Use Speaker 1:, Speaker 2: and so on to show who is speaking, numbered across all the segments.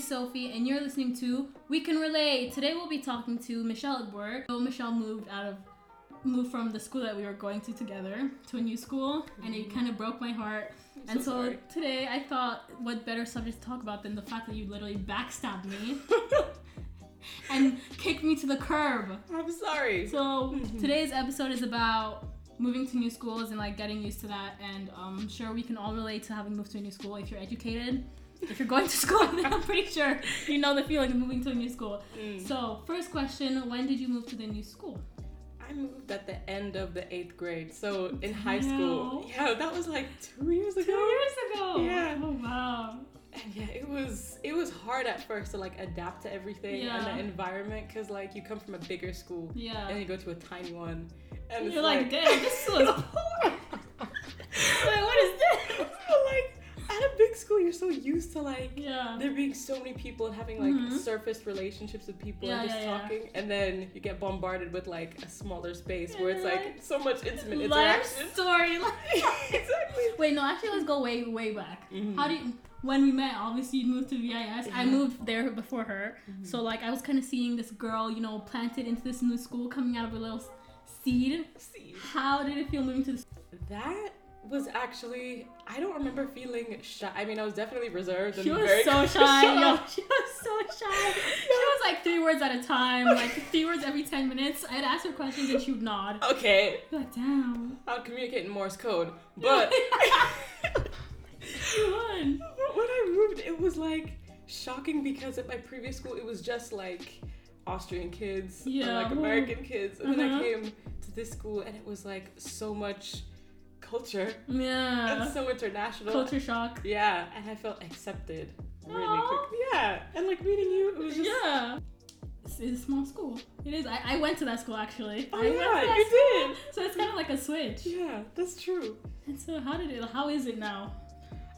Speaker 1: Sophie, and you're listening to We Can Relate. Today we'll be talking to Michelle at work. So Michelle moved out of moved from the school that we were going to together to a new school, and it kind of broke my heart.
Speaker 2: I'm
Speaker 1: And so
Speaker 2: sorry.
Speaker 1: today I thought, what better subject to talk about than the fact that you literally backstabbed me and kicked me to the curb.
Speaker 2: I'm sorry.
Speaker 1: So
Speaker 2: Mhm.
Speaker 1: today's episode is about moving to new schools and like getting used to that. And um, I'm sure we can all relate to having moved to a new school if you're educated. If you're going to school, then I'm pretty sure you know the feeling of moving to a new school.
Speaker 2: Mm.
Speaker 1: So first question: When did you move to the new school?
Speaker 2: I moved at the end of the eighth grade, so in high school.
Speaker 1: Wow.
Speaker 2: Yeah, that was like two years
Speaker 1: Two
Speaker 2: ago.
Speaker 1: years ago.
Speaker 2: Yeah.
Speaker 1: Oh wow.
Speaker 2: And yeah, it was it was hard at first to like adapt to everything
Speaker 1: Yeah.
Speaker 2: and the environment because like you come from a bigger school
Speaker 1: Yeah.
Speaker 2: and you go to a tiny one, and
Speaker 1: And
Speaker 2: it's
Speaker 1: you're like, damn, this school is poor. Like, what is this?
Speaker 2: So, like at a big school, you're so used to like
Speaker 1: Yeah.
Speaker 2: there being so many people and having like
Speaker 1: Mhm.
Speaker 2: surface relationships with people
Speaker 1: Yeah,
Speaker 2: and just
Speaker 1: yeah, yeah.
Speaker 2: talking, and then you get bombarded with like a smaller space where it's
Speaker 1: Yeah.
Speaker 2: like so much intimate
Speaker 1: Life
Speaker 2: interaction.
Speaker 1: story.
Speaker 2: exactly.
Speaker 1: Wait, no, actually, let's go way, way back.
Speaker 2: Mhm.
Speaker 1: How do you, when we met? Obviously, you moved to VIS. I
Speaker 2: Mhm.
Speaker 1: moved there before her,
Speaker 2: Mm-hmm.
Speaker 1: so like I was kind of seeing this girl, you know, planted into this new school, coming out of a little s- seed.
Speaker 2: See,
Speaker 1: How did it feel moving to this?
Speaker 2: that was actually I don't remember feeling shy. I mean, I was definitely reserved.
Speaker 1: She
Speaker 2: and
Speaker 1: was
Speaker 2: very
Speaker 1: so shy. yo,
Speaker 2: up.
Speaker 1: she was so shy. She was like three words at a time, like three words every ten minutes. I'd ask her questions and she would nod.
Speaker 2: Okay,
Speaker 1: I'd be Like damn,
Speaker 2: I'll communicate in Morse code, but
Speaker 1: she won.
Speaker 2: But when I moved, it was like shocking because at my previous school, it was just like Austrian kids and
Speaker 1: Yeah.
Speaker 2: like American kids. And then
Speaker 1: Uh-huh.
Speaker 2: I came to this school and it was like so much culture and
Speaker 1: Yeah.
Speaker 2: so international.
Speaker 1: Uh-huh. Culture shock.
Speaker 2: Yeah, and I felt accepted really
Speaker 1: Aw.
Speaker 2: quickly. Yeah, and like meeting you, it was just.
Speaker 1: Yeah. It's, it's a small school. It is. I, I went to that school actually.
Speaker 2: Oh,
Speaker 1: I went to
Speaker 2: yeah,
Speaker 1: that
Speaker 2: you
Speaker 1: school. So it's kind of like a switch.
Speaker 2: Yeah, that's true.
Speaker 1: And so how did it? How is it now?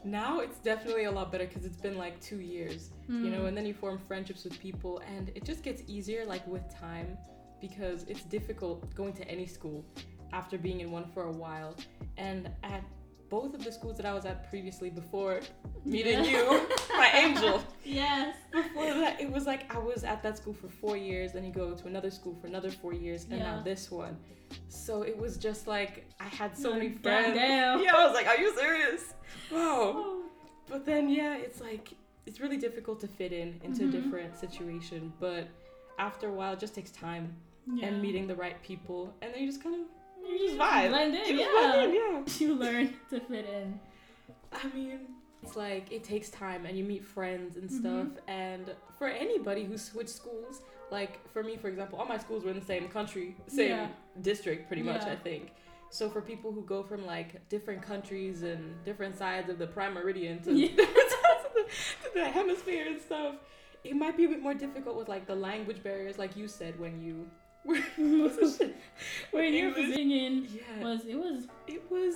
Speaker 2: Now it's definitely a lot better because it's been like two years. you
Speaker 1: Hmm. Mm.
Speaker 2: know and then you form friendships with people and it just gets easier like with time because it's difficult going to any school after being in one for a while and at both of the schools that i was at previously before meeting you my angel
Speaker 1: Yes.
Speaker 2: before that it was like i was at that school for four years then you go to another school for another four years and now
Speaker 1: Yeah.
Speaker 2: this one so it was just like i had so many
Speaker 1: Like,
Speaker 2: friends
Speaker 1: goddamn.
Speaker 2: yeah i was like are you serious wow
Speaker 1: Oh,
Speaker 2: but then yeah, it's like it's really difficult to fit in into
Speaker 1: Mhm.
Speaker 2: a different situation. But after a while, it just takes time
Speaker 1: yeah.
Speaker 2: and meeting the right people, and then you just kind of
Speaker 1: You
Speaker 2: just
Speaker 1: just
Speaker 2: vibe.
Speaker 1: blend in.
Speaker 2: you
Speaker 1: yeah.
Speaker 2: just vibe in, yeah.
Speaker 1: You learn to fit in.
Speaker 2: I mean, it's like it takes time, and you meet friends
Speaker 1: Mm-hmm.
Speaker 2: and stuff. And for anybody who switched schools, like for me, for example, all my schools were in the same country, same
Speaker 1: Yeah.
Speaker 2: district, pretty much.
Speaker 1: Yeah.
Speaker 2: I think. So for people who go from like different countries and different sides of the prime meridian to
Speaker 1: Yeah.
Speaker 2: different sides of the, to the hemisphere and stuff, it might be a bit more difficult with like the language barriers, like you said when you were
Speaker 1: Where
Speaker 2: With
Speaker 1: you were
Speaker 2: English.
Speaker 1: singing
Speaker 2: yeah
Speaker 1: was it was
Speaker 2: it was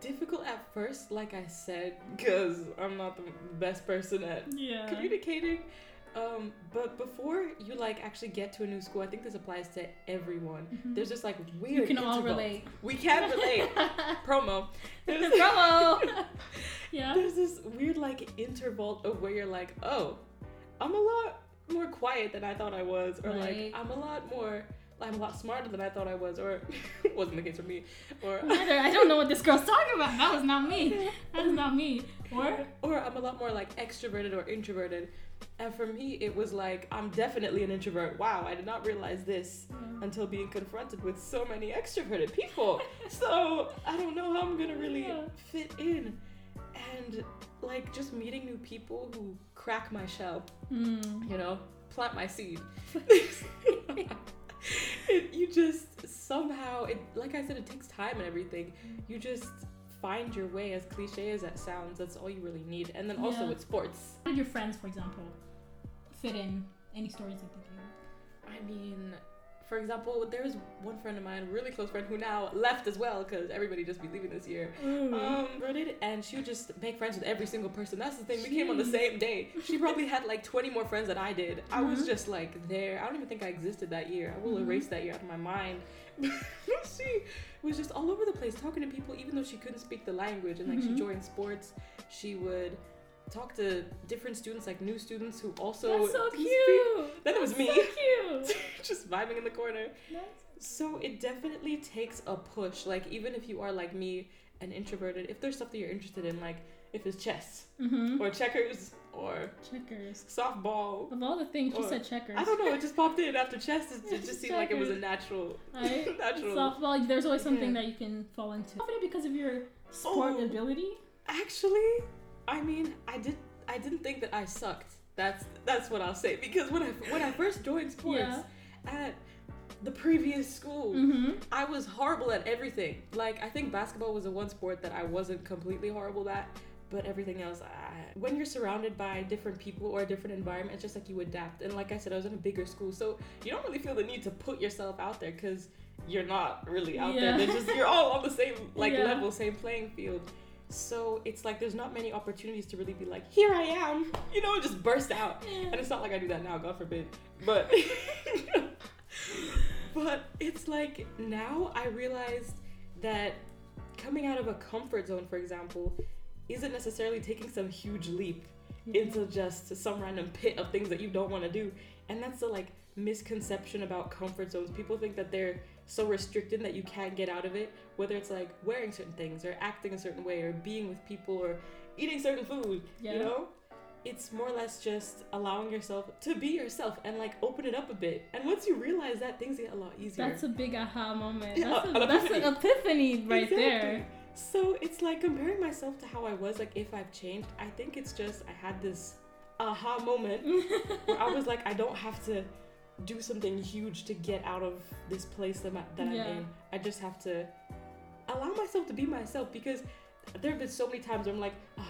Speaker 2: difficult at first, like I said, because I'm not the best person at
Speaker 1: yeah.
Speaker 2: communicating. Um, but before you like actually get to a new school, I think this applies to everyone.
Speaker 1: Mhm.
Speaker 2: There's just like weird.
Speaker 1: you can all
Speaker 2: intervals.
Speaker 1: relate.
Speaker 2: We can relate. Promo. There's,
Speaker 1: Bravo. yeah.
Speaker 2: there's this weird like interval of where you're like, oh, I'm a lot more quiet than I thought I was, or
Speaker 1: Right.
Speaker 2: like I'm a lot more, I'm a lot smarter than I thought I was, or wasn't the case for me, or
Speaker 1: Neither. I don't know what this girl's talking about. That was not me. That was not me. Or
Speaker 2: or I'm a lot more like extroverted or introverted. And for me, it was like, I'm definitely an introvert. Wow, I did not realize this until being confronted with so many extroverted people. so I don't know how I'm gonna really
Speaker 1: Yeah.
Speaker 2: fit in. And like just meeting new people who crack my shell,
Speaker 1: Mm.
Speaker 2: you know, plant my seed. it, you just somehow, it, like I said, it takes time and everything. You just find your way, as cliche as that sounds. That's all you really need. And then also
Speaker 1: Yeah.
Speaker 2: with sports.
Speaker 1: How did your friends, for example, fit in? Any stories that they
Speaker 2: I mean, for example, there was one friend of mine, really close friend, who now left as well because everybody just be leaving this year.
Speaker 1: gave?
Speaker 2: Um, related, and she would just make friends with every single person. That's the thing. We came on the
Speaker 1: Jeez.
Speaker 2: same day. She probably had like 20 more friends than I did. I was
Speaker 1: Mhm.
Speaker 2: just like there. I don't even think I existed that year. I will
Speaker 1: Mhm.
Speaker 2: erase that year out of my mind. she was just all
Speaker 1: Mm-hmm.
Speaker 2: over the place talking to people, even though she couldn't speak the language. And like she
Speaker 1: Mhm.
Speaker 2: joined sports. She would talk to different students, like new students who also.
Speaker 1: That's so
Speaker 2: These
Speaker 1: cute.
Speaker 2: people- That was me.
Speaker 1: So cute.
Speaker 2: just vibing in the corner.
Speaker 1: That's-
Speaker 2: So it definitely takes a push. Like even if you are like me, an introverted, if there's something you're interested in, like if it's chess
Speaker 1: Mhm.
Speaker 2: or checkers or
Speaker 1: Checkers.
Speaker 2: softball.
Speaker 1: Of all the things, she
Speaker 2: Or-
Speaker 1: said checkers.
Speaker 2: I don't know. It just popped in after chess. It, it
Speaker 1: It's
Speaker 2: just seemed like it was a
Speaker 1: checkers.
Speaker 2: natural,
Speaker 1: Right?
Speaker 2: natural.
Speaker 1: Softball. There's always something
Speaker 2: Yeah.
Speaker 1: that you can fall into. Confident because of your sport
Speaker 2: Oh.
Speaker 1: ability.
Speaker 2: Actually, I mean, I did. I didn't think that I sucked. That's that's what I'll say because when I when I first joined sports
Speaker 1: Yeah.
Speaker 2: at the previous school,
Speaker 1: Mm-hmm.
Speaker 2: I was horrible at everything. Like I think basketball was the one sport that I wasn't completely horrible at, but everything else, I... when you're surrounded by different people or a different environment, it's just like you adapt. And like I said, I was in a bigger school, so you don't really feel the need to put yourself out there because you're not really out
Speaker 1: Yeah.
Speaker 2: there. They're just you're all on the same like
Speaker 1: Yeah.
Speaker 2: level, same playing field. So it's like there's not many opportunities to really be like, here I am, you know, just burst out. And it's not like I do that now, God forbid. But but it's like now I realized that coming out of a comfort zone, for example, isn't necessarily taking some huge leap into just some random pit of things that you don't want to do. And that's the like misconception about comfort zones. People think that they're so restricted that you can't get out of it, whether it's like wearing certain things or acting a certain way or being with people or eating certain food,
Speaker 1: Yeah.
Speaker 2: you know? It's more or less just allowing yourself to be yourself and like open it up a bit. And once you realize that, things get a lot easier.
Speaker 1: That's a big aha moment.
Speaker 2: Yeah,
Speaker 1: That's, a,
Speaker 2: an
Speaker 1: that's an epiphany right
Speaker 2: Exactly.
Speaker 1: there.
Speaker 2: So it's like comparing myself to how I was, like if I've changed, I think it's just I had this aha moment where I was like, I don't have to do something huge to get out of this place that, my, that I'm
Speaker 1: Yeah.
Speaker 2: in. I just have to allow myself to be myself because there have been so many times where I'm like, ah,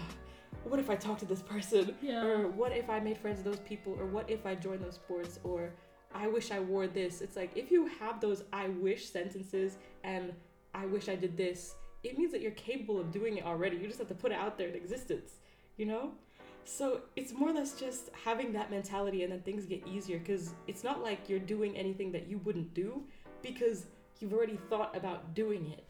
Speaker 2: what if I talk to this person?
Speaker 1: Yeah.
Speaker 2: Or what if I made friends with those people? Or what if I joined those sports? Or I wish I wore this. It's like if you have those I wish sentences and I wish I did this, it means that you're capable of doing it already. You just have to put it out there in existence, you know? So it's more or less just having that mentality and then things get easier because it's not like you're doing anything that you wouldn't do because you've already thought about doing it.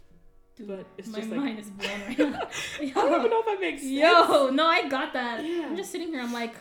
Speaker 1: Dude,
Speaker 2: But it's
Speaker 1: My
Speaker 2: just like,
Speaker 1: mind is blown right now.
Speaker 2: I don't even
Speaker 1: Yo,
Speaker 2: know if that makes sense.
Speaker 1: yo, no, I got that.
Speaker 2: Yeah.
Speaker 1: I'm just sitting here. I'm like,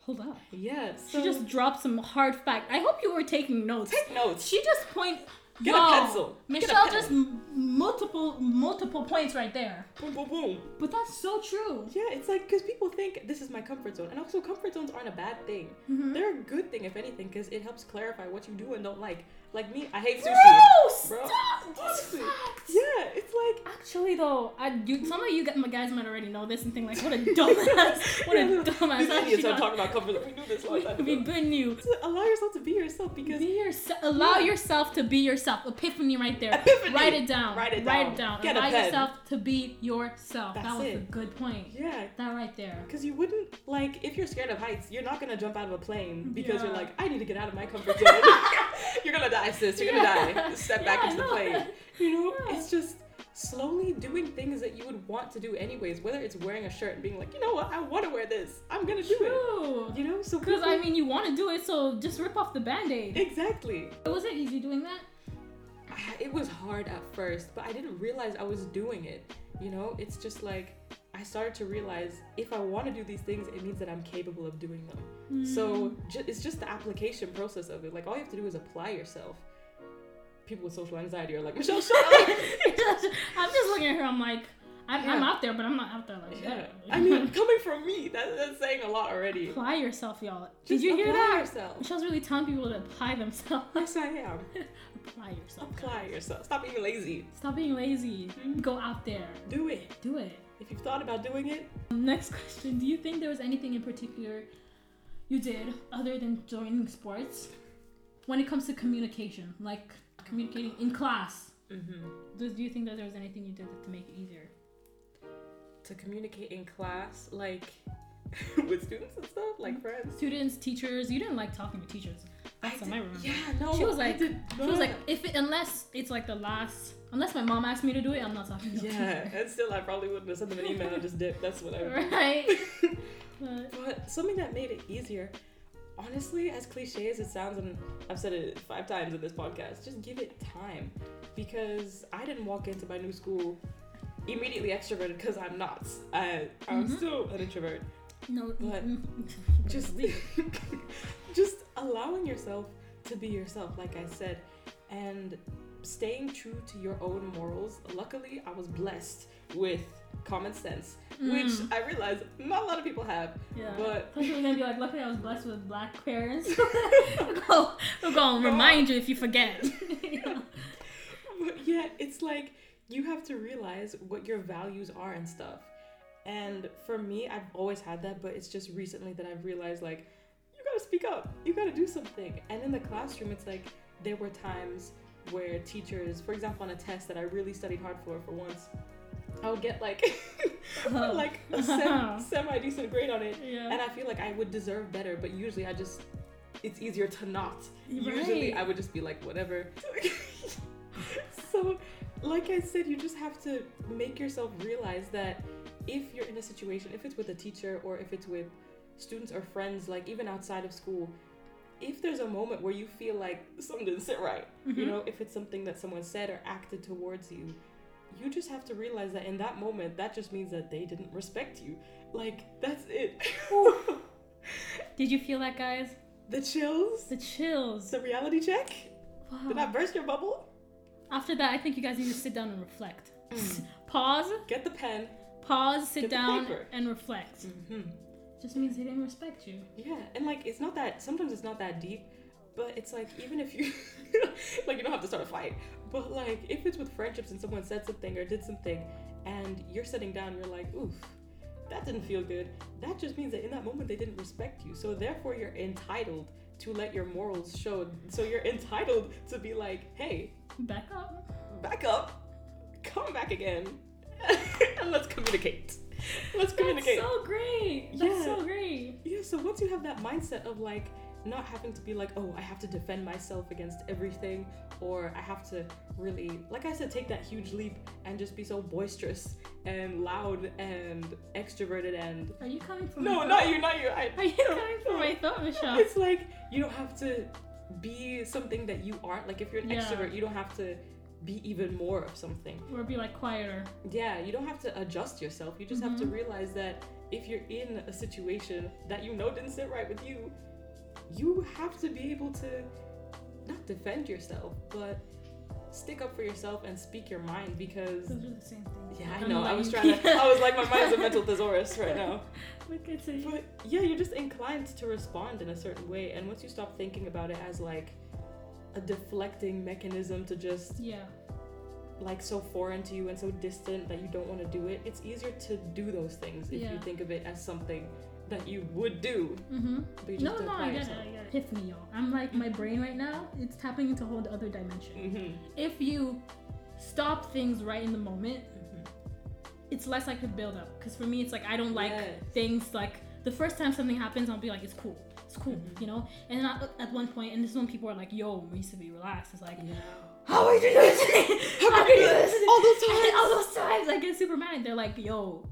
Speaker 1: hold up.
Speaker 2: Yeah, so
Speaker 1: She just dropped some hard fact. I hope you were taking notes.
Speaker 2: Mm. take notes.
Speaker 1: She just point.
Speaker 2: Get
Speaker 1: Yo,
Speaker 2: a pencil. Get a
Speaker 1: Michelle
Speaker 2: pen.
Speaker 1: just m- multiple multiple points right there.
Speaker 2: Boom, boom, boom.
Speaker 1: But that's so true.
Speaker 2: Yeah, it's like because people think this is my comfort zone, and also comfort zones aren't a bad thing.
Speaker 1: Mhm.
Speaker 2: They're a good thing if anything, because it helps clarify what you do and don't like. Like me, I hate sushi.
Speaker 1: Gross!
Speaker 2: Bro,
Speaker 1: Stop!
Speaker 2: honestly.
Speaker 1: These facts!
Speaker 2: Yeah, it's like
Speaker 1: Actually, though, I you, some of you gu- my guys might already know this and think like, what a dumbass, what a
Speaker 2: Yeah,
Speaker 1: dumbass.
Speaker 2: these idiots
Speaker 1: Actually,
Speaker 2: are talking about comfort zone. We knew this all time.
Speaker 1: we
Speaker 2: ago.
Speaker 1: been you.
Speaker 2: So allow yourself to be yourself because
Speaker 1: Be yourself. Allow
Speaker 2: Yeah.
Speaker 1: yourself to be yourself. Epiphany right there.
Speaker 2: Epiphany.
Speaker 1: Write it down.
Speaker 2: Write it
Speaker 1: Write
Speaker 2: down.
Speaker 1: it down.
Speaker 2: Get a
Speaker 1: allow
Speaker 2: pen.
Speaker 1: yourself to be yourself. that
Speaker 2: That's
Speaker 1: was a
Speaker 2: it.
Speaker 1: good point.
Speaker 2: yeah,
Speaker 1: That right there.
Speaker 2: because you wouldn't like if you're scared of heights, you're not gonna jump out of a plane because you're
Speaker 1: Yeah.
Speaker 2: like, I need to get out of my comfort zone. you're gonna die, sis. You're gonna
Speaker 1: Yeah.
Speaker 2: die. Step back
Speaker 1: Yeah,
Speaker 2: into the
Speaker 1: no.
Speaker 2: plane. You know,
Speaker 1: Yeah.
Speaker 2: it's just slowly doing things that you would want to do anyways. Whether it's wearing a shirt and being like, you know what, I want to wear this. I'm gonna do it.
Speaker 1: True.
Speaker 2: You know, so
Speaker 1: Because
Speaker 2: people-
Speaker 1: I mean, you want to do it, so just rip off the band-aid.
Speaker 2: exactly.
Speaker 1: Was it easy doing that?
Speaker 2: I- It was hard at first, but I didn't realize I was doing it. You know, it's just like I started to realize if I want to do these things, it means that I'm capable of doing them. So
Speaker 1: Hmm.
Speaker 2: ju- it's just the application process of it. Like all you have to do is apply yourself. People with social anxiety are like, Michelle, shut up.
Speaker 1: I'm just looking at her. I'm like, I'm, I'm
Speaker 2: Oh. Yeah.
Speaker 1: out there, but I'm not out there like
Speaker 2: Yeah.
Speaker 1: that.
Speaker 2: I mean, coming from me, that, that's saying a lot already.
Speaker 1: apply yourself, y'all. Did
Speaker 2: Just
Speaker 1: you hear
Speaker 2: apply
Speaker 1: that?
Speaker 2: yourself.
Speaker 1: Michelle's really telling people to apply themselves.
Speaker 2: Yes, I am.
Speaker 1: apply yourself.
Speaker 2: Apply
Speaker 1: guys.
Speaker 2: yourself. Stop being lazy.
Speaker 1: Stop being lazy.
Speaker 2: Mhm.
Speaker 1: Go out there.
Speaker 2: Do it.
Speaker 1: Do it.
Speaker 2: If you've thought about doing it,
Speaker 1: Um, Next question. Do you think there was anything in particular you did other than joining sports when it comes to communication? Like communicating in class.
Speaker 2: mm-hmm.
Speaker 1: Do do you think that there was anything you did to make it easier?
Speaker 2: to communicate in class, like with students and stuff,
Speaker 1: Mm-hmm.
Speaker 2: like friends.
Speaker 1: Students, teachers, you didn't like talking to teachers. That's
Speaker 2: I
Speaker 1: what I
Speaker 2: did-
Speaker 1: remember.
Speaker 2: Yeah, no.
Speaker 1: She was
Speaker 2: I
Speaker 1: like-
Speaker 2: did
Speaker 1: She was
Speaker 2: not.
Speaker 1: like, if it, unless it's like the last, unless my mom asked me to do it, I'm not talking to a
Speaker 2: yeah,
Speaker 1: teacher.
Speaker 2: and still, I probably wouldn't have sent them an email and just dipped. That's what I would do.
Speaker 1: Right? But
Speaker 2: But something that made it easier, honestly, as cliche as it sounds, and I've said it five times in this podcast, just give it time. Because I didn't walk into my new school immediately extroverted because I'm not. I, I'm
Speaker 1: Mhm.
Speaker 2: still an introvert.
Speaker 1: No,
Speaker 2: But just just allowing yourself to be yourself like i said and staying true to your own morals luckily i was blessed with common sense which i realize not a lot of people have
Speaker 1: Mm, yeah.
Speaker 2: but-
Speaker 1: Plus, we're gonna be like, luckily I was blessed with black parents. we're gonna, we're gonna remind you if you forget. Yeah.
Speaker 2: but yet it's like you have to realize what your values are and stuff and for me i've always had that but it's just recently that i've realized like you gotta speak up you gotta do something and in the classroom it's like there were times where teachers for example on a test that i really studied hard for for once i would get like like a sem- semi-decent grade on it
Speaker 1: yeah.
Speaker 2: and i feel like i would deserve better but usually i just it's easier to not Usually, I would just be like, whatever. so, like I said, you just have to make yourself realize that if you're in a situation, if it's with a teacher or if it's with students or friends, like even outside of school, if there's a moment where you feel like something didn't sit right, you
Speaker 1: Mhm.
Speaker 2: know, if it's something that someone said or acted towards you, you just have to realize that in that moment, that just means that they didn't respect you. Like, that's it.
Speaker 1: Did you feel that, guys?
Speaker 2: the chills,
Speaker 1: The chills.
Speaker 2: the reality check. Did I
Speaker 1: Wow.
Speaker 2: burst your bubble?
Speaker 1: After that, I think you guys need to sit down and reflect.
Speaker 2: Mm.
Speaker 1: Pause,
Speaker 2: Get the pen.
Speaker 1: pause,
Speaker 2: Get
Speaker 1: sit
Speaker 2: the
Speaker 1: down,
Speaker 2: paper. Mm.
Speaker 1: and reflect. Just means they didn't respect you.
Speaker 2: Yeah, and like it's not that sometimes it's not that deep, but it's like even if you like you don't have to start a fight, but like if it's with friendships and someone said something or did something, and you're sitting down, you're like, oof, that didn't feel good. That just means that in that moment they didn't respect you, so therefore you're entitled to let your morals show. So you're entitled to be like, hey,
Speaker 1: Back up.
Speaker 2: back up, come back again, and let's communicate.
Speaker 1: That's
Speaker 2: Let's communicate.
Speaker 1: so great. That's
Speaker 2: Yeah.
Speaker 1: so great.
Speaker 2: Yeah, so once you have that mindset of like not having to be like, oh, I have to defend myself against everything, or I have to really, like I said, take that huge leap and just be so boisterous and loud and extroverted and.
Speaker 1: Are you coming from?
Speaker 2: No,
Speaker 1: my
Speaker 2: not
Speaker 1: throat?
Speaker 2: you, not you. I,
Speaker 1: Are you coming from my thought, Michelle?
Speaker 2: it's like you don't have to be something that you aren't. Like if you're an
Speaker 1: Yeah.
Speaker 2: extrovert, you don't have to be even more of something.
Speaker 1: or be like quieter.
Speaker 2: Yeah, you don't have to adjust yourself. You just have to realize that if you're in a situation that you know didn't sit right with you, you have to be able to not defend yourself, but stick up for yourself and speak your mind because
Speaker 1: Those are the same things.
Speaker 2: yeah, I
Speaker 1: I'm
Speaker 2: know. I
Speaker 1: like-
Speaker 2: was trying to Oh. I was like my mind's a mental thesaurus right now.
Speaker 1: Look at you.
Speaker 2: But yeah, you're just inclined to respond in a certain way and once you stop thinking about it as like a deflecting mechanism to just
Speaker 1: Yeah.
Speaker 2: like so foreign to you and so distant that you don't want to do it, it's easier to do those things if you
Speaker 1: Yeah.
Speaker 2: think of it as something that you would do.
Speaker 1: Mhm.
Speaker 2: But you
Speaker 1: No,
Speaker 2: just
Speaker 1: no, I get it. I get it. Hits me, y'all. I'm like my brain right now. It's tapping into a whole other dimension.
Speaker 2: Mm-hmm.
Speaker 1: If you stop things right in the moment, it's less likely to build up. Because for me, it's like I don't like
Speaker 2: Yes.
Speaker 1: things like the first time something happens, I'll be like, it's cool, it's cool,
Speaker 2: Mhm.
Speaker 1: you know. And then I, at one point, and this is when people are like, yo, we used to be relaxed. It's like,
Speaker 2: Yeah.
Speaker 1: how are you doing this? how
Speaker 2: could
Speaker 1: could
Speaker 2: you
Speaker 1: you do
Speaker 2: do this?
Speaker 1: this?
Speaker 2: All those
Speaker 1: And then
Speaker 2: times.
Speaker 1: all those times, I get super mad. They're like, yo,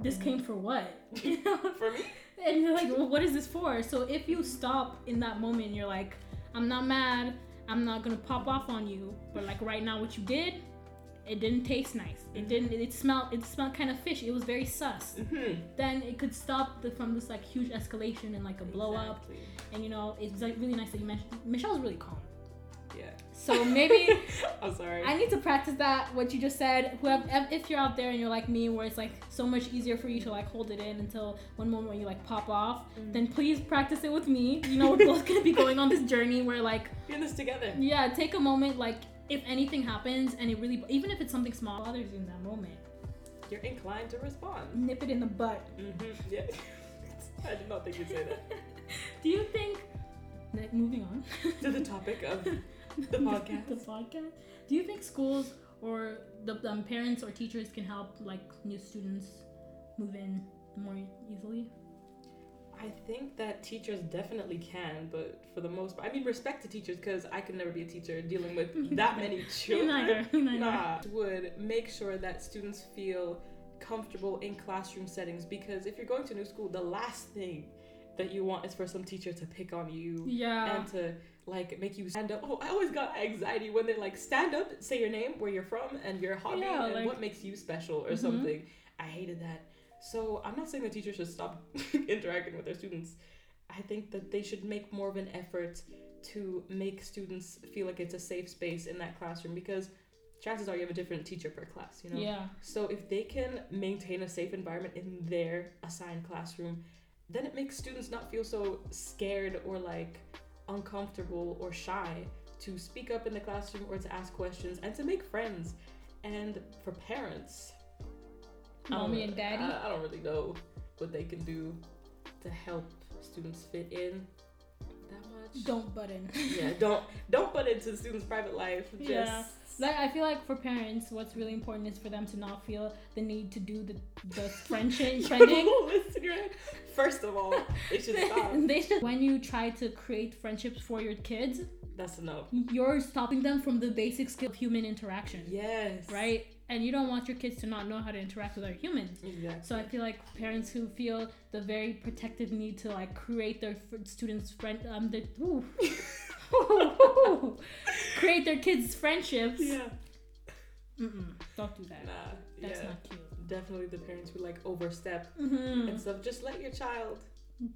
Speaker 1: this came for what? You know?
Speaker 2: For me,
Speaker 1: And you're like, well, what is this for? So if you stop in that moment, you're like, I'm not mad. I'm not gonna pop off on you. But like right now, what you did, it didn't taste nice. It didn't. It smelled. It smelled kind of fish. It was very sus.
Speaker 2: mm-hmm.
Speaker 1: Then it could stop the, from this like huge escalation and like a blow up. And you know, it's like really nice that you mentioned. Michelle's really calm.
Speaker 2: Yeah.
Speaker 1: So maybe
Speaker 2: I'm sorry.
Speaker 1: I need to practice that. What you just said. Whoever, if you're out there and you're like me, where it's like so much easier for you to like hold it in until one moment where you like pop off, then please practice it with me. You know, we're both gonna be going on this journey where like,
Speaker 2: We're in this together.
Speaker 1: yeah, take a moment. Like, if anything happens and it really, even if it's something small, bothers you in that moment,
Speaker 2: You're inclined to respond.
Speaker 1: nip it in the butt.
Speaker 2: Mm-hmm. Yeah. I did not think you'd say that.
Speaker 1: Do you think? like, Moving on
Speaker 2: to the topic of
Speaker 1: the
Speaker 2: podcast.
Speaker 1: the podcast. Do you think schools or the um, parents or teachers can help like new students move in more easily?
Speaker 2: I think that teachers definitely can, but for the most part, I mean, respect to teachers because I could never be a teacher dealing with that many
Speaker 1: Me
Speaker 2: children.
Speaker 1: neither. Me neither.
Speaker 2: Nah. Would make sure that students feel comfortable in classroom settings because if you're going to new school, the last thing that you want is for some teacher to pick on you
Speaker 1: Yeah.
Speaker 2: and to like make you stand up. Oh, I always got anxiety when they're like, stand up, say your name, where you're from, and your hobby,
Speaker 1: Yeah,
Speaker 2: and
Speaker 1: like-
Speaker 2: what makes you special or
Speaker 1: Mhm.
Speaker 2: something. I hated that. So I'm not saying the teachers should stop interacting with their students. I think that they should make more of an effort to make students feel like it's a safe space in that classroom because chances are you have a different teacher per class, you know?
Speaker 1: Yeah.
Speaker 2: So if they can maintain a safe environment in their assigned classroom, then it makes students not feel so scared or like uncomfortable or shy to speak up in the classroom or to ask questions and to make friends. And for parents, I Uh, don't
Speaker 1: Mommy
Speaker 2: know-
Speaker 1: and daddy.
Speaker 2: I, I don't really know what they can do to help students fit in that much.
Speaker 1: Don't butt in.
Speaker 2: yeah, don't don't put into students' private life. Just
Speaker 1: Yeah. Like I feel like for parents, what's really important is for them to not feel the need to do the the friendship trending.
Speaker 2: Listen, you're like, First of all, they should stop.
Speaker 1: they should when you try to create friendships for your kids,
Speaker 2: That's enough.
Speaker 1: you're stopping them from the basic skill of human interaction.
Speaker 2: Yes.
Speaker 1: Right? And you don't want your kids to not know how to interact with other humans.
Speaker 2: Exactly.
Speaker 1: So I feel like parents who feel the very protective need to like create their f- students' friend um the create their kids' friendships.
Speaker 2: yeah.
Speaker 1: Mm-mm, don't do that.
Speaker 2: Nah.
Speaker 1: That's
Speaker 2: yeah.
Speaker 1: not cute.
Speaker 2: Definitely the parents who like overstep
Speaker 1: Mm-hmm.
Speaker 2: and stuff. Just let your child.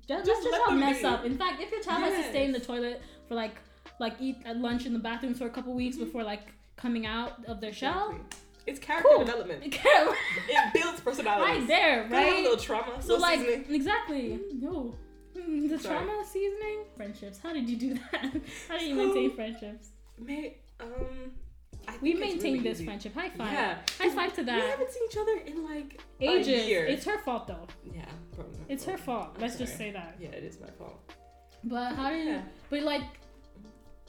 Speaker 1: Just,
Speaker 2: Just
Speaker 1: just, just
Speaker 2: let
Speaker 1: not
Speaker 2: them
Speaker 1: mess
Speaker 2: be.
Speaker 1: up. In fact, if your child has to stay in the
Speaker 2: Yes.
Speaker 1: toilet for like like eat at lunch in the bathrooms for a couple weeks
Speaker 2: Mm-hmm.
Speaker 1: before like coming out of their shell,
Speaker 2: Exactly. It's character
Speaker 1: Cool.
Speaker 2: development. It
Speaker 1: right
Speaker 2: builds personality.
Speaker 1: there,
Speaker 2: Right. A
Speaker 1: right?
Speaker 2: little trauma.
Speaker 1: So
Speaker 2: little
Speaker 1: like
Speaker 2: seasoning.
Speaker 1: exactly, no. Mm, The
Speaker 2: Sorry.
Speaker 1: trauma seasoning friendships. How did you do that? How do you
Speaker 2: So-
Speaker 1: maintain friendships?
Speaker 2: May um. I
Speaker 1: We
Speaker 2: think it's
Speaker 1: maintained
Speaker 2: really
Speaker 1: this
Speaker 2: easy.
Speaker 1: friendship. High five.
Speaker 2: Yeah.
Speaker 1: High five to
Speaker 2: We
Speaker 1: that.
Speaker 2: haven't seen each other in like a
Speaker 1: Ages.
Speaker 2: year.
Speaker 1: It's her fault though.
Speaker 2: yeah, probably. not
Speaker 1: It's her fault.
Speaker 2: I'm
Speaker 1: Let's just
Speaker 2: sorry.
Speaker 1: say that.
Speaker 2: Yeah, it is my fault.
Speaker 1: But how did?
Speaker 2: Yeah.
Speaker 1: But like,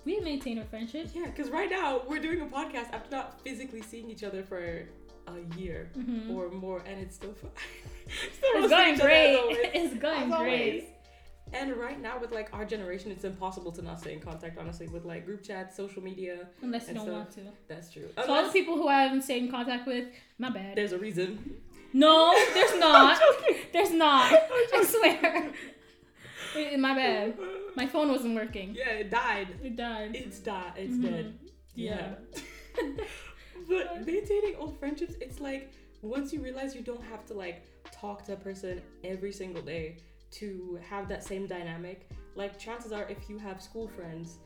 Speaker 1: we maintain our friendships.
Speaker 2: Yeah, because right now we're doing a podcast after not physically seeing each other for a year
Speaker 1: Mhm.
Speaker 2: or more, and it's still fine.
Speaker 1: It's going great. It's going great.
Speaker 2: And right now, with like our generation, it's impossible to not stay in contact. Honestly, with like group chats, social media,
Speaker 1: Unless you
Speaker 2: And
Speaker 1: don't
Speaker 2: so-
Speaker 1: want to.
Speaker 2: that's true.
Speaker 1: so all the
Speaker 2: Unless
Speaker 1: people who I haven't stayed in contact with, my bad.
Speaker 2: there's a reason.
Speaker 1: no, there's
Speaker 2: I'm
Speaker 1: not.
Speaker 2: joking.
Speaker 1: there's not.
Speaker 2: I'm
Speaker 1: I
Speaker 2: joking.
Speaker 1: swear. It- my bad. My phone wasn't working.
Speaker 2: yeah, it died.
Speaker 1: It died.
Speaker 2: It's died. It's
Speaker 1: Mhm.
Speaker 2: dead.
Speaker 1: Yeah.
Speaker 2: But maintaining old friendships, it's like once you realize you don't have to like talk to a person every single day to have that same dynamic. Like chances are, if you have school friends,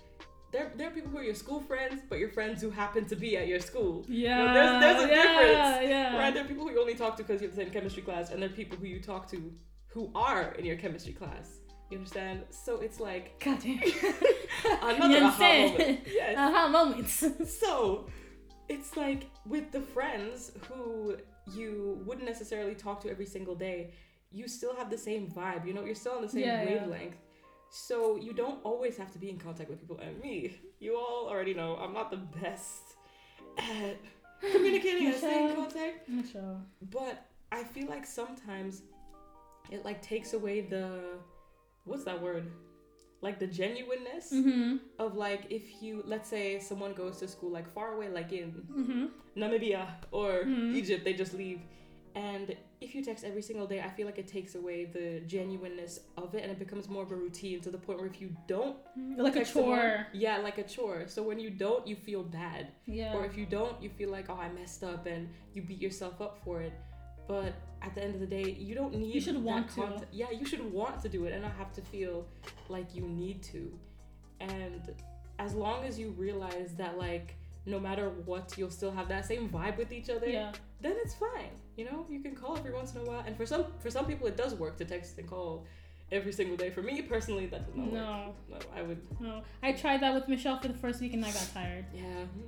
Speaker 2: there there are people who are your school friends, but your friends who happen to be at your school.
Speaker 1: Yeah.
Speaker 2: there's- there's a
Speaker 1: yeah,
Speaker 2: difference,
Speaker 1: Yeah.
Speaker 2: Right? There are people who you only talk to because you have the same chemistry class, and there are people who you talk to who are in your chemistry class. You understand? So it's like
Speaker 1: God damn.
Speaker 2: another
Speaker 1: You
Speaker 2: aha
Speaker 1: understand?
Speaker 2: moment. Yes.
Speaker 1: Aha moments.
Speaker 2: So, it's like with the friends who you wouldn't necessarily talk to every single day, you still have the same vibe, you know, you're still on the same
Speaker 1: Yeah, yeah.
Speaker 2: wavelength. So, you don't always have to be in contact with people. And me, you all already know, I'm not the best at communicating and staying in
Speaker 1: Michelle.
Speaker 2: contact,
Speaker 1: Michelle.
Speaker 2: but I feel like sometimes it like takes away the what's that word? Like the genuineness
Speaker 1: Mm-hmm.
Speaker 2: of like if you let's say someone goes to school like far away like in
Speaker 1: Mm-hmm.
Speaker 2: namibia or
Speaker 1: Mhm.
Speaker 2: egypt they just leave and if you text every single day i feel like it takes away the genuineness of it and it becomes more of a routine to the point where if you don't
Speaker 1: Like a
Speaker 2: text someone-
Speaker 1: chore.
Speaker 2: yeah like a chore so when you don't you feel bad
Speaker 1: Yeah.
Speaker 2: or if you don't you feel like oh i messed up and you beat yourself up for it but at the end of the day you don't need
Speaker 1: should
Speaker 2: that
Speaker 1: want to.
Speaker 2: content- yeah you should want to do it and not have to feel like you need to and as long as you realize that like no matter what you'll still have that same vibe with each other
Speaker 1: yeah.
Speaker 2: then it's fine you know you can call every once in a while and for some for some people it does work to text and call every single day for me personally that does not work
Speaker 1: No.
Speaker 2: no i would
Speaker 1: No. I tried that with Michelle for the first week and I got tired.
Speaker 2: yeah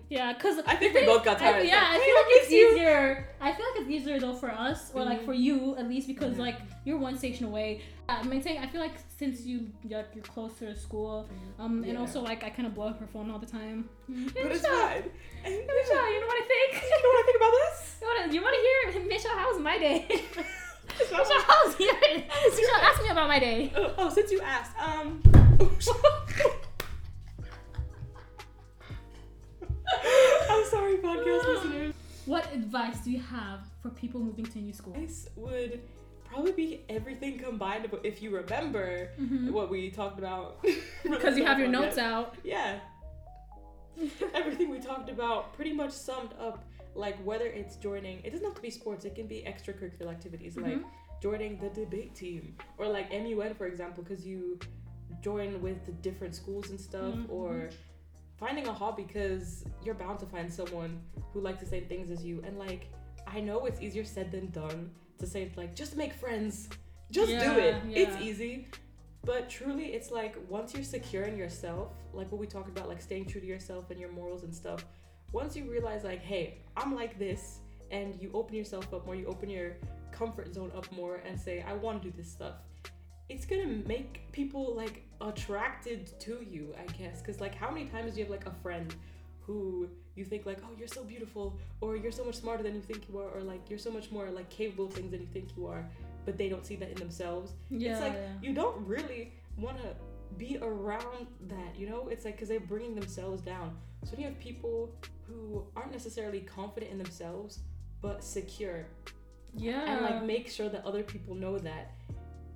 Speaker 1: Yeah, cause
Speaker 2: i think we both got
Speaker 1: I,
Speaker 2: tired
Speaker 1: yeah, I
Speaker 2: Hey,
Speaker 1: feel like it's
Speaker 2: miss you.
Speaker 1: easier. I feel like it's easier though for us, or like
Speaker 2: Mhm.
Speaker 1: for you at least, because
Speaker 2: Yeah.
Speaker 1: like you're one station away. Uh, I'm saying I feel like since you like you're closer to school, um, and
Speaker 2: Yeah.
Speaker 1: also like I kind of blow up her phone all the time. Hey,
Speaker 2: But it's
Speaker 1: Michelle,
Speaker 2: fine. And
Speaker 1: hey, Michelle, you know what I think?
Speaker 2: you know what I think about this?
Speaker 1: You wanna- You want to hear Michelle? How was my day?
Speaker 2: It's not-
Speaker 1: Michelle, how was your day? Michelle, ask me about my day.
Speaker 2: oh, oh, since you asked, um. I'm sorry, podcast listeners.
Speaker 1: What advice do you have for people moving to a new school?
Speaker 2: This would probably be everything combined, but if you remember
Speaker 1: Mhm.
Speaker 2: what we talked about.
Speaker 1: Because you have your notes out.
Speaker 2: Yeah. Everything we talked about pretty much summed up, like whether it's joining, it doesn't have to be sports, it can be extracurricular activities like
Speaker 1: Mhm.
Speaker 2: joining the debate team or like MUN for example because you join with the different schools and stuff
Speaker 1: Mhm.
Speaker 2: or finding a hobby because you're bound to find someone who likes the same things as you and like I know it's easier said than done to say like just make friends just
Speaker 1: Yeah,
Speaker 2: do it it's
Speaker 1: yeah.
Speaker 2: easy but truly it's like once you're secure in yourself like what we talked about like staying true to yourself and your morals and stuff once you realize like hey i'm like this and you open yourself up more you open your comfort zone up more and say i want to do this stuff it's gonna make people like attracted to you i guess because like how many times do you have like a friend who you think like oh you're so beautiful or you're so much smarter than you think you are or like you're so much more like capable of things than you think you are but they don't see that in themselves
Speaker 1: Yeah.
Speaker 2: it's like
Speaker 1: yeah.
Speaker 2: you don't really want to be around that, you know? It's like because they're bringing themselves down. So when you have people who aren't necessarily confident in themselves, but secure
Speaker 1: yeah.
Speaker 2: and like make sure that other people know that,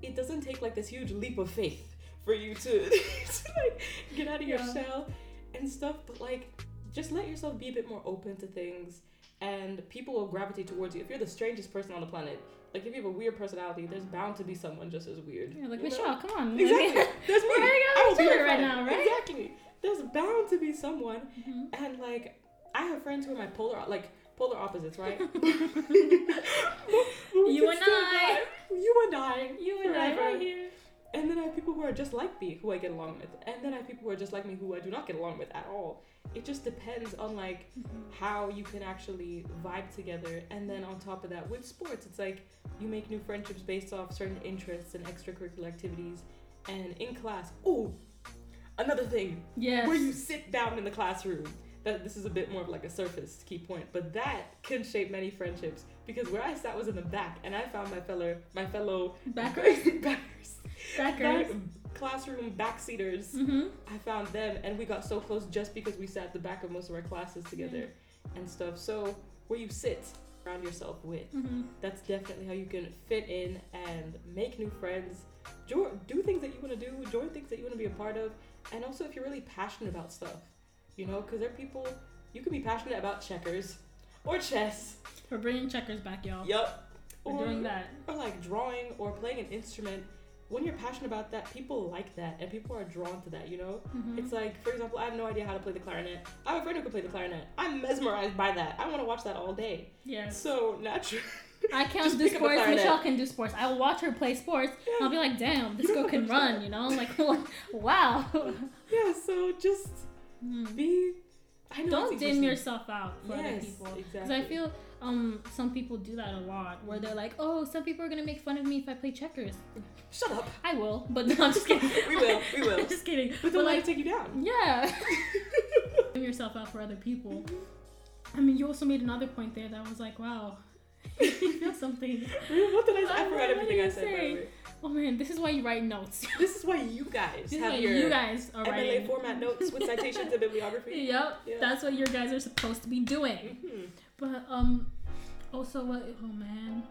Speaker 2: it doesn't take like this huge leap of faith for you to, to like get out of your
Speaker 1: Yeah.
Speaker 2: shell and stuff. But like, just let yourself be a bit more open to things. And people will gravitate towards you. If you're the strangest person on the planet, like if you have a weird personality, there's bound to be someone just as weird.
Speaker 1: Yeah, like
Speaker 2: you know?
Speaker 1: Michelle, come on.
Speaker 2: Exactly. There's me.
Speaker 1: We're hanging out
Speaker 2: I
Speaker 1: with
Speaker 2: will
Speaker 1: each
Speaker 2: be
Speaker 1: other
Speaker 2: your
Speaker 1: right
Speaker 2: friend.
Speaker 1: now, right?
Speaker 2: Exactly. There's bound to be someone.
Speaker 1: Mhm.
Speaker 2: And like, I have friends who are my polar, like polar opposites, right? But we
Speaker 1: You
Speaker 2: can
Speaker 1: and
Speaker 2: still
Speaker 1: I.
Speaker 2: vibe. You and I.
Speaker 1: You and I
Speaker 2: forever.
Speaker 1: right here.
Speaker 2: And then I have people who are just like me, who I get along with. And then I have people who are just like me, who I do not get along with at all. It just depends on like how you can actually vibe together. And then on top of that, with sports, it's like you make new friendships based off certain interests and extracurricular activities. And in class, ooh, another thing
Speaker 1: Yes.
Speaker 2: where you sit down in the classroom. That this is a bit more of like a surface key point, but that can shape many friendships because where I sat was in the back, and I found my fellow my fellow
Speaker 1: Backers.
Speaker 2: backers
Speaker 1: Backers.
Speaker 2: back- classroom backseaters.
Speaker 1: Mm-hmm.
Speaker 2: I found them, and we got so close just because we sat at the back of most of our classes together
Speaker 1: Mm.
Speaker 2: and stuff. So where you sit, surround yourself with
Speaker 1: Mm-hmm.
Speaker 2: that's definitely how you can fit in and make new friends jo- do things that you want to do join things that you want to be a part of and also if you're really passionate about stuff you know because there are people you can be passionate about checkers or chess
Speaker 1: We're bringing checkers back, y'all.
Speaker 2: yep
Speaker 1: We're
Speaker 2: or,
Speaker 1: doing that.
Speaker 2: or like drawing or playing an instrument when you're passionate about that people like that and people are drawn to that you know
Speaker 1: Mhm.
Speaker 2: it's like for example i have no idea how to play the clarinet i have a friend who can play the clarinet i'm mesmerized by that i want to watch that all day
Speaker 1: Yes.
Speaker 2: so naturally
Speaker 1: I can't
Speaker 2: Just
Speaker 1: do
Speaker 2: pick up a
Speaker 1: sports.
Speaker 2: clarinet.
Speaker 1: Michelle can do sports. I will watch her play sports. and I'll be like, damn, this
Speaker 2: You
Speaker 1: girl
Speaker 2: don't
Speaker 1: can
Speaker 2: understand.
Speaker 1: run, you know? Like, wow.
Speaker 2: yeah so just
Speaker 1: Mm.
Speaker 2: be I know
Speaker 1: Don't
Speaker 2: it's
Speaker 1: dim
Speaker 2: interesting.
Speaker 1: yourself out for other
Speaker 2: Yes,
Speaker 1: people. Because
Speaker 2: exactly.
Speaker 1: I feel um, some people do that a lot, where they're like, oh, some people are going to make fun of me if I play checkers.
Speaker 2: shut up
Speaker 1: I will, but no, I'm just kidding.
Speaker 2: We will, we will.
Speaker 1: I'm just kidding.
Speaker 2: but don't let it take you down
Speaker 1: Yeah. Putting yourself out for other people. I mean, you also made another point there that was like, wow, you know something.
Speaker 2: what did I say?
Speaker 1: I
Speaker 2: I
Speaker 1: don't know,
Speaker 2: forgot everything
Speaker 1: what
Speaker 2: I
Speaker 1: did
Speaker 2: said
Speaker 1: you
Speaker 2: by the
Speaker 1: say?
Speaker 2: way.
Speaker 1: Oh man, this is why you write notes.
Speaker 2: this is why you guys
Speaker 1: This is
Speaker 2: have
Speaker 1: why
Speaker 2: your
Speaker 1: you guys are
Speaker 2: MLA
Speaker 1: writing.
Speaker 2: format notes with citations and bibliography
Speaker 1: Yep,
Speaker 2: Yeah.
Speaker 1: that's what your guys are supposed to be doing.
Speaker 2: Mhm.
Speaker 1: But um, also what? Oh man.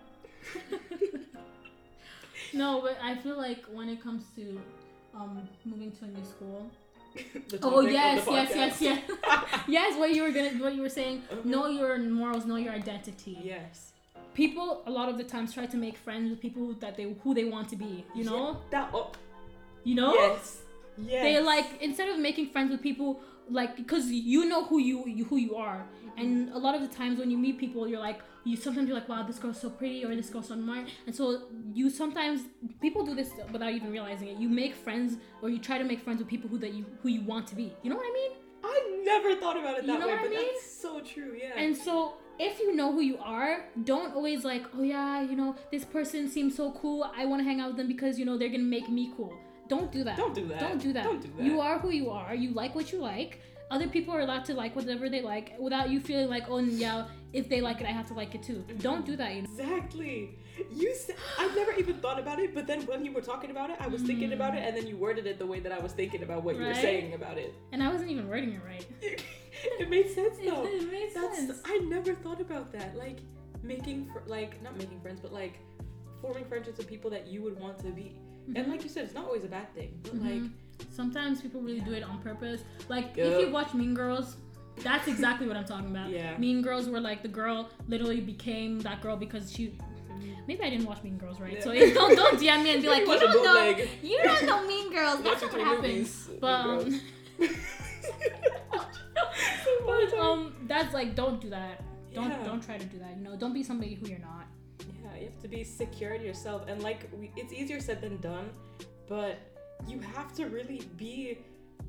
Speaker 1: no, but I feel like when it comes to um moving to a new school.
Speaker 2: The
Speaker 1: Oh
Speaker 2: topic of
Speaker 1: yes,
Speaker 2: the
Speaker 1: yes,
Speaker 2: podcast. Uh-huh.
Speaker 1: yes, yes, yes. What you were gonna, what you were saying. Know your morals. Know your identity.
Speaker 2: yes
Speaker 1: people a lot of the times try to make friends with people that they who they want to be you know
Speaker 2: Yeah, that oh,
Speaker 1: you know
Speaker 2: yes yes
Speaker 1: they like instead of making friends with people like because you know who you, you who you are
Speaker 2: Mm-hmm.
Speaker 1: and a lot of the times when you meet people you're like you sometimes you're like wow this girl's so pretty or this girl's so smart and so you sometimes people do this without even realizing it you make friends or you try to make friends with people who that you who you want to be you know what i mean
Speaker 2: I never thought about it
Speaker 1: You
Speaker 2: that
Speaker 1: know
Speaker 2: way
Speaker 1: what I
Speaker 2: but
Speaker 1: mean?
Speaker 2: that's so true yeah
Speaker 1: And so, if you know who you are, don't always like, oh yeah, you know, this person seems so cool. I want to hang out with them because you know they're gonna make me cool. Don't do that.
Speaker 2: Don't do that.
Speaker 1: Don't do that.
Speaker 2: Don't do that.
Speaker 1: You are who you are. You like what you like. Other people are allowed to like whatever they like without you feeling like, oh yeah, if they like it, I have to like it too.
Speaker 2: Mm-hmm.
Speaker 1: Don't do that. You know?
Speaker 2: Exactly. You said I never even thought about it, but then when you were talking about it, I was thinking about it, and then you worded it the way that I was thinking about what you were
Speaker 1: Right?
Speaker 2: saying about it.
Speaker 1: And I wasn't even wording it right.
Speaker 2: it made sense though.
Speaker 1: it, it made
Speaker 2: That's
Speaker 1: sense.
Speaker 2: I never thought about that. Like making fr- like not making friends, but like forming friendships with people that you would want to be. And
Speaker 1: Mm-hmm.
Speaker 2: like you said, it's not always a bad thing, but like
Speaker 1: Sometimes people really do it on purpose. Like
Speaker 2: Yeah.
Speaker 1: if you watch Mean Girls, that's exactly what I'm talking about.
Speaker 2: Yeah.
Speaker 1: Mean Girls were like the girl literally became that girl because she Maybe I didn't watch Mean Girls right.
Speaker 2: Yeah.
Speaker 1: So yeah, don't don't DM me Mm-hmm. and be like, you
Speaker 2: Watch a
Speaker 1: don't know,
Speaker 2: bootleg.
Speaker 1: you don't know Mean Girls.
Speaker 2: Watch
Speaker 1: That's
Speaker 2: the
Speaker 1: not what
Speaker 2: three
Speaker 1: happens.
Speaker 2: movies,
Speaker 1: But um, but
Speaker 2: Mean Girls.
Speaker 1: um, that's like, don't do that. Don't
Speaker 2: Yeah.
Speaker 1: don't try to do that. No, don't be somebody who you're not.
Speaker 2: Yeah, you have to be secure in yourself, and like we, it's easier said than done, but you have to really be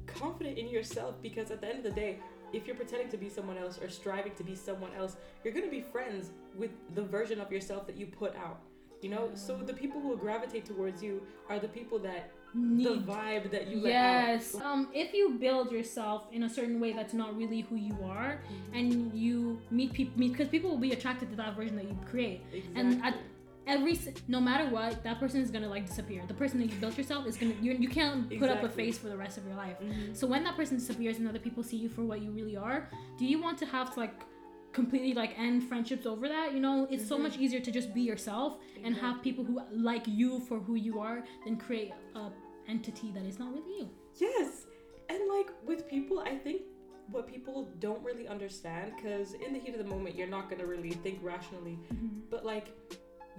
Speaker 2: confident in yourself because at the end of the day, if you're pretending to be someone else or striving to be someone else, you're gonna be friends with the version of yourself that you put out. You know, so the people who will gravitate towards you are the people that the
Speaker 1: Need
Speaker 2: vibe that you let
Speaker 1: yes.
Speaker 2: out.
Speaker 1: Um, if you build yourself in a certain way that's not really who you are, and you meet people, because people will be attracted to that version that you create.
Speaker 2: Exactly.
Speaker 1: and at- Every s- no matter what, that person is gonna like disappear. The person that you built yourself is gonna you you can't put up a
Speaker 2: Exactly.
Speaker 1: face for the rest of your life.
Speaker 2: Mhm.
Speaker 1: So when that person disappears and other people see you for what you really are, do you want to have to like completely like end friendships over that? You know, it's so
Speaker 2: Mhm.
Speaker 1: much easier to just be yourself and
Speaker 2: Mm-hmm.
Speaker 1: have people who like you for who you are than create a entity that is not really you.
Speaker 2: Yes. And like with people, I think what people don't really understand cuz in the heat of the moment you're not going to really think rationally, but like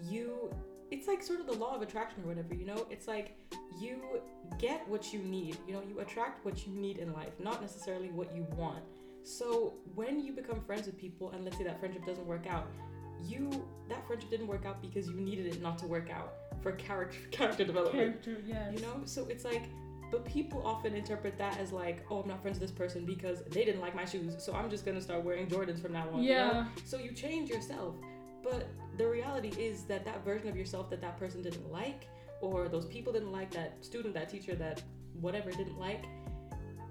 Speaker 2: you it's like sort of the law of attraction or whatever, you know? It's like you get what you need. You know, you attract what you need in life, not necessarily what you want. So when you become friends with people and let's say that friendship doesn't work out, you that friendship didn't work out because you needed it not to work out for character character development
Speaker 1: Character, yes.
Speaker 2: you know so it's like but people often interpret that as like oh i'm not friends with this person because they didn't like my shoes so i'm just gonna start wearing jordans from now on you know?
Speaker 1: Yeah.
Speaker 2: so you change yourself but the reality is that that version of yourself that that person didn't like or those people didn't like that student that teacher that whatever didn't like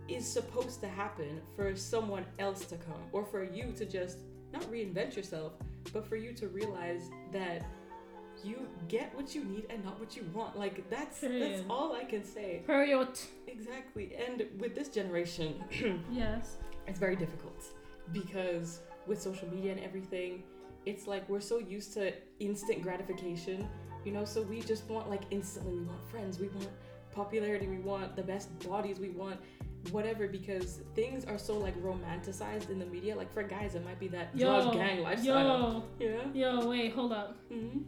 Speaker 2: is supposed to happen for someone else to come or for you to just not reinvent yourself but for you to realize that you get what you need and not what you want like that's that's
Speaker 1: Period.
Speaker 2: all i can say
Speaker 1: Period.
Speaker 2: exactly and with this generation
Speaker 1: Yes.
Speaker 2: it's very difficult because with social media and everything, it's like we're so used to instant gratification, you know, so we just want like instantly, we want friends, we want popularity, we want the best bodies, we want whatever because things are so like romanticized in the media. Like for guys, it might be that drug gang lifestyle.
Speaker 1: Yo.
Speaker 2: Yeah.
Speaker 1: Yo, wait, hold up.
Speaker 2: hmm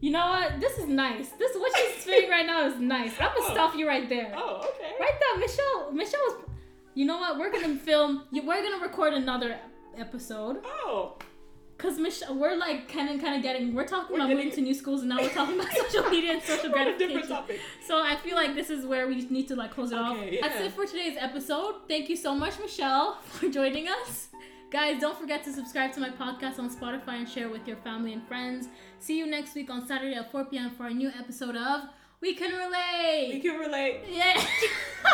Speaker 1: You know what? This is nice. This what she's doing right now is nice. I'm gonna
Speaker 2: Oh.
Speaker 1: stop you right there.
Speaker 2: Oh, okay.
Speaker 1: Right there, Michelle. Michelle was. You know what? We're gonna film. you- We're gonna record another episode
Speaker 2: Oh,
Speaker 1: because Michelle. We're like kind of, kind of getting. We're talking
Speaker 2: We're
Speaker 1: about moving to
Speaker 2: getting-
Speaker 1: new schools, and now we're talking about social media and social
Speaker 2: what a different
Speaker 1: gratification.
Speaker 2: topic.
Speaker 1: So I feel like this is where we just need to like close it off.
Speaker 2: Okay,
Speaker 1: That's
Speaker 2: yeah.
Speaker 1: it for today's episode. Thank you so much, Michelle, for joining us. Guys, don't forget to subscribe to my podcast on Spotify and share with your family and friends. See you next week on Saturday at 4 p.m. for a new episode of We Can Relate.
Speaker 2: You can relate.
Speaker 1: Yeah.